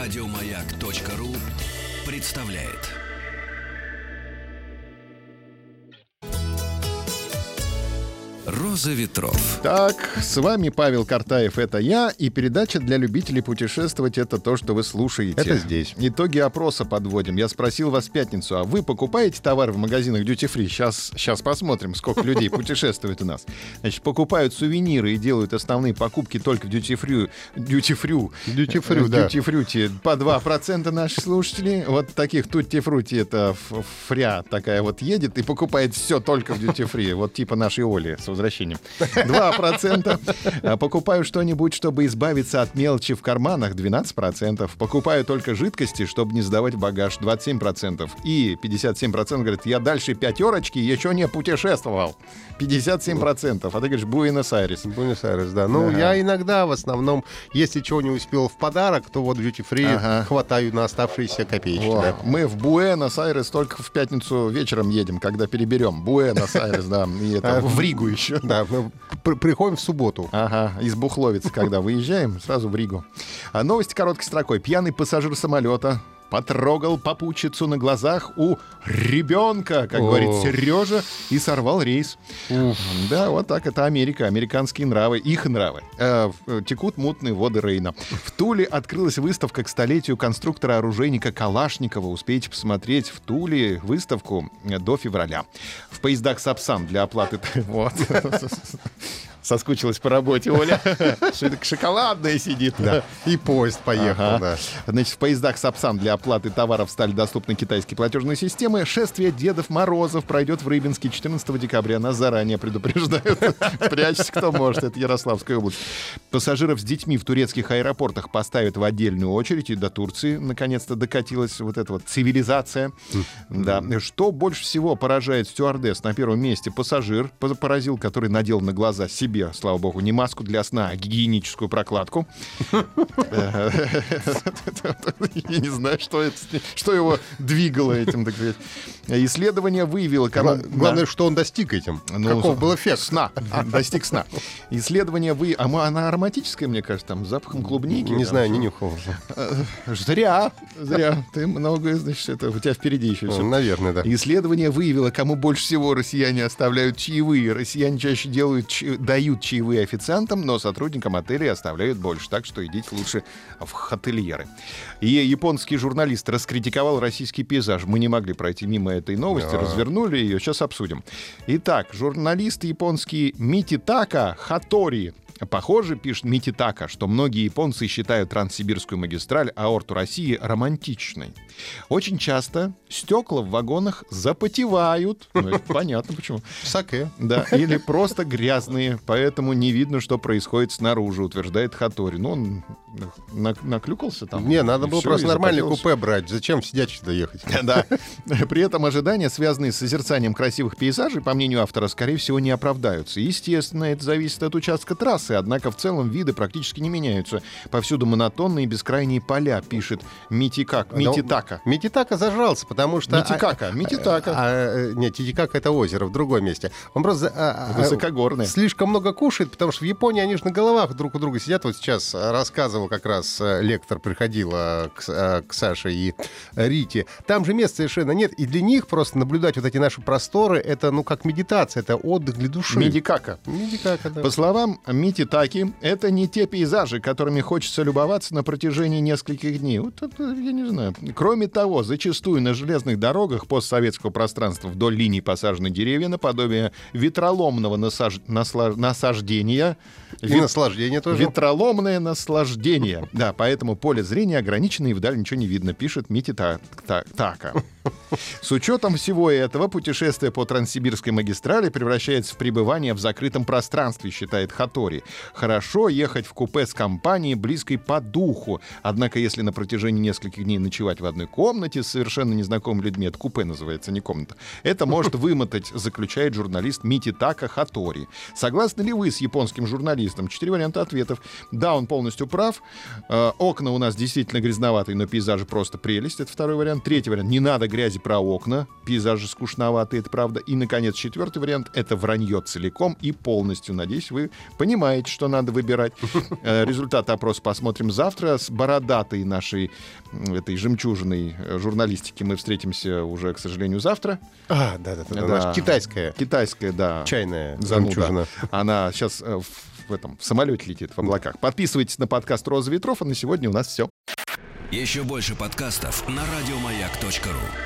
Радиомаяк.ру представляет. Роза ветров. Так, с вами Павел Картаев, это я, и передача для любителей путешествовать — это то, что вы слушаете. Это здесь. Итоги опроса подводим. Я спросил вас в пятницу, а вы покупаете товар в магазинах Duty Free? Сейчас, сейчас посмотрим, сколько людей путешествует у нас. Значит, покупают сувениры и делают основные покупки только в Duty Free. Duty Free. Э, Duty Free, да. Duty Free по 2% наши слушатели. Вот таких Tutti Frutti это ф- фря такая вот едет и покупает все только в Duty Free. Вот типа нашей Оли с возвращением. 2%. А Покупаю что-нибудь, чтобы избавиться от мелочи в карманах. 12%. Покупаю только жидкости, чтобы не сдавать в багаж. 27%. И 57% говорит, я дальше пятерочки еще не путешествовал. 57%. А ты говоришь, Буэнос-Айрес. Буэнос-Айрес, да. Ну, я иногда в основном, если чего не успел в подарок, то вот в Duty Free Ага. хватаю на оставшиеся копеечки. Во. да. Мы в Буэнос-Айрес только в пятницу вечером едем, когда переберем. Буэнос-Айрес, да. И это А, в Ригу еще. Да, мы пр- приходим в субботу. Ага, из Бухловицы, когда выезжаем, сразу в Ригу. А новости короткой строкой. Пьяный пассажир самолета потрогал попутчицу на глазах у ребенка, как О. говорит Сережа, и сорвал рейс. Да, вот так это Америка, американские нравы, их нравы. Э, в- э, текут мутные воды Рейна. В Туле открылась выставка к столетию конструктора-оружейника Калашникова. Успейте посмотреть в Туле выставку э, до февраля. В поездах Сапсан для оплаты... Вот. Соскучилась по работе, Оля. Шик- Шоколадная сидит. Да. И поезд поехал, Ага. да. Значит, в поездах Сапсан для оплаты товаров стали доступны китайские платежные системы. Шествие Дедов Морозов пройдет в Рыбинске 14 декабря. Нас заранее предупреждают. Прячься, кто может. Это Ярославская область. Пассажиров с детьми в турецких аэропортах поставят в отдельную очередь. И до Турции наконец-то докатилась вот эта вот цивилизация. Да. Что больше всего поражает стюардесс? На первом месте пассажир паз- поразил, который надел на глаза себе, слава богу, не маску для сна, а гигиеническую прокладку. Я не знаю, что это, с ним- что его двигало этим, так сказать. Исследование выявило... кому- Гла- Ну, Главное, а, что он достиг этим. Да. Ну, Каков был эффект? Сна. Достиг сна. Исследование вы... А ма- она ароматическая, мне кажется, там, с запахом клубники. Не там, знаю, не что- нюхал. Э, Зря, зря. Ты много, значит, это у тебя впереди еще все. Наверное, да. Исследование выявило, кому больше всего россияне оставляют чаевые. Россияне чаще делают, ча- дают чаевые официантам, но сотрудникам отелей оставляют больше. Так что идите лучше в хотельеры. И японский журналист раскритиковал российский пейзаж. Мы не могли пройти мимо этой новости, развернули ее, сейчас обсудим. Итак, журналист японский Мититака Хатори Похоже, пишет Мититака, что многие японцы считают Транссибирскую магистраль аорту России романтичной. Очень часто стекла в вагонах запотевают. Ну, это понятно почему. Саке. Да, или просто грязные, поэтому не видно, что происходит снаружи, утверждает Хатори. Ну, он на- наклюкался там. Не, надо и было Ну, всё, просто и нормальное запотелся. купе брать. Зачем в сидячий доехать? Да. При этом ожидания, связанные с созерцанием красивых пейзажей, по мнению автора, скорее всего, не оправдаются. Естественно, это зависит от участка трассы, однако в целом виды практически не меняются. Повсюду монотонные бескрайние поля, пишет А, Митикак. Мититака. ну, Мититака зажрался, потому что... Митикака, а- Мититака. а, э, нет, Титикака — это озеро в другом месте. Он просто... за- а, а, Высокогорное. Слишком много кушает, потому что в Японии они же на головах друг у друга сидят. Вот сейчас э, рассказывал как раз э, лектор, приходила к, С- э, к Саше и Рите. Там же мест совершенно нет. И для них просто наблюдать вот эти наши просторы — это, ну, как медитация, это отдых для души. Медикака. Митикака, да. По словам Мити Таки, это не те пейзажи, которыми хочется любоваться на протяжении нескольких дней. Вот это я не знаю. Кроме того, зачастую на железных дорогах постсоветского пространства вдоль линий посажены деревья наподобие ветроломного насаж- насла- насаждения. И Вет- наслаждение тоже. Ветроломное наслаждение. Да, поэтому поле зрения ограничено и вдаль ничего не видно, пишет Мити Та- Та- Така. С учетом всего этого, путешествие по Транссибирской магистрали превращается в пребывание в закрытом пространстве, считает Хатори. Хорошо ехать в купе с компанией, близкой по духу. Однако, если на протяжении нескольких дней ночевать в одной комнате с совершенно незнакомыми людьми, это купе называется, не комната, это может вымотать, заключает журналист Мити Така Хатори. Согласны ли вы с японским журналистом? Четыре варианта ответов. Да, он полностью прав. вариантов. Э, окна у нас действительно грязноватые, но пейзажи просто прелесть. Это второй вариант. Третий вариант. Не надо грязи про окна. Пейзажи скучноватые, это правда. И, наконец, четвертый вариант. Это вранье целиком и полностью. Надеюсь, вы понимаете, что надо выбирать. Э, Результаты опроса посмотрим завтра. С бородатой нашей м, этой жемчужиной э, журналистики мы встретимся уже, к сожалению, завтра. А, да-да-да, Да. наша китайская Китайская, да. чайная Зануда. жемчужина. Она сейчас э, в, в этом в самолете летит в облаках. Подписывайтесь на подкаст «Роза ветров», а на сегодня у нас все. Еще больше подкастов на радиомаяк.ру.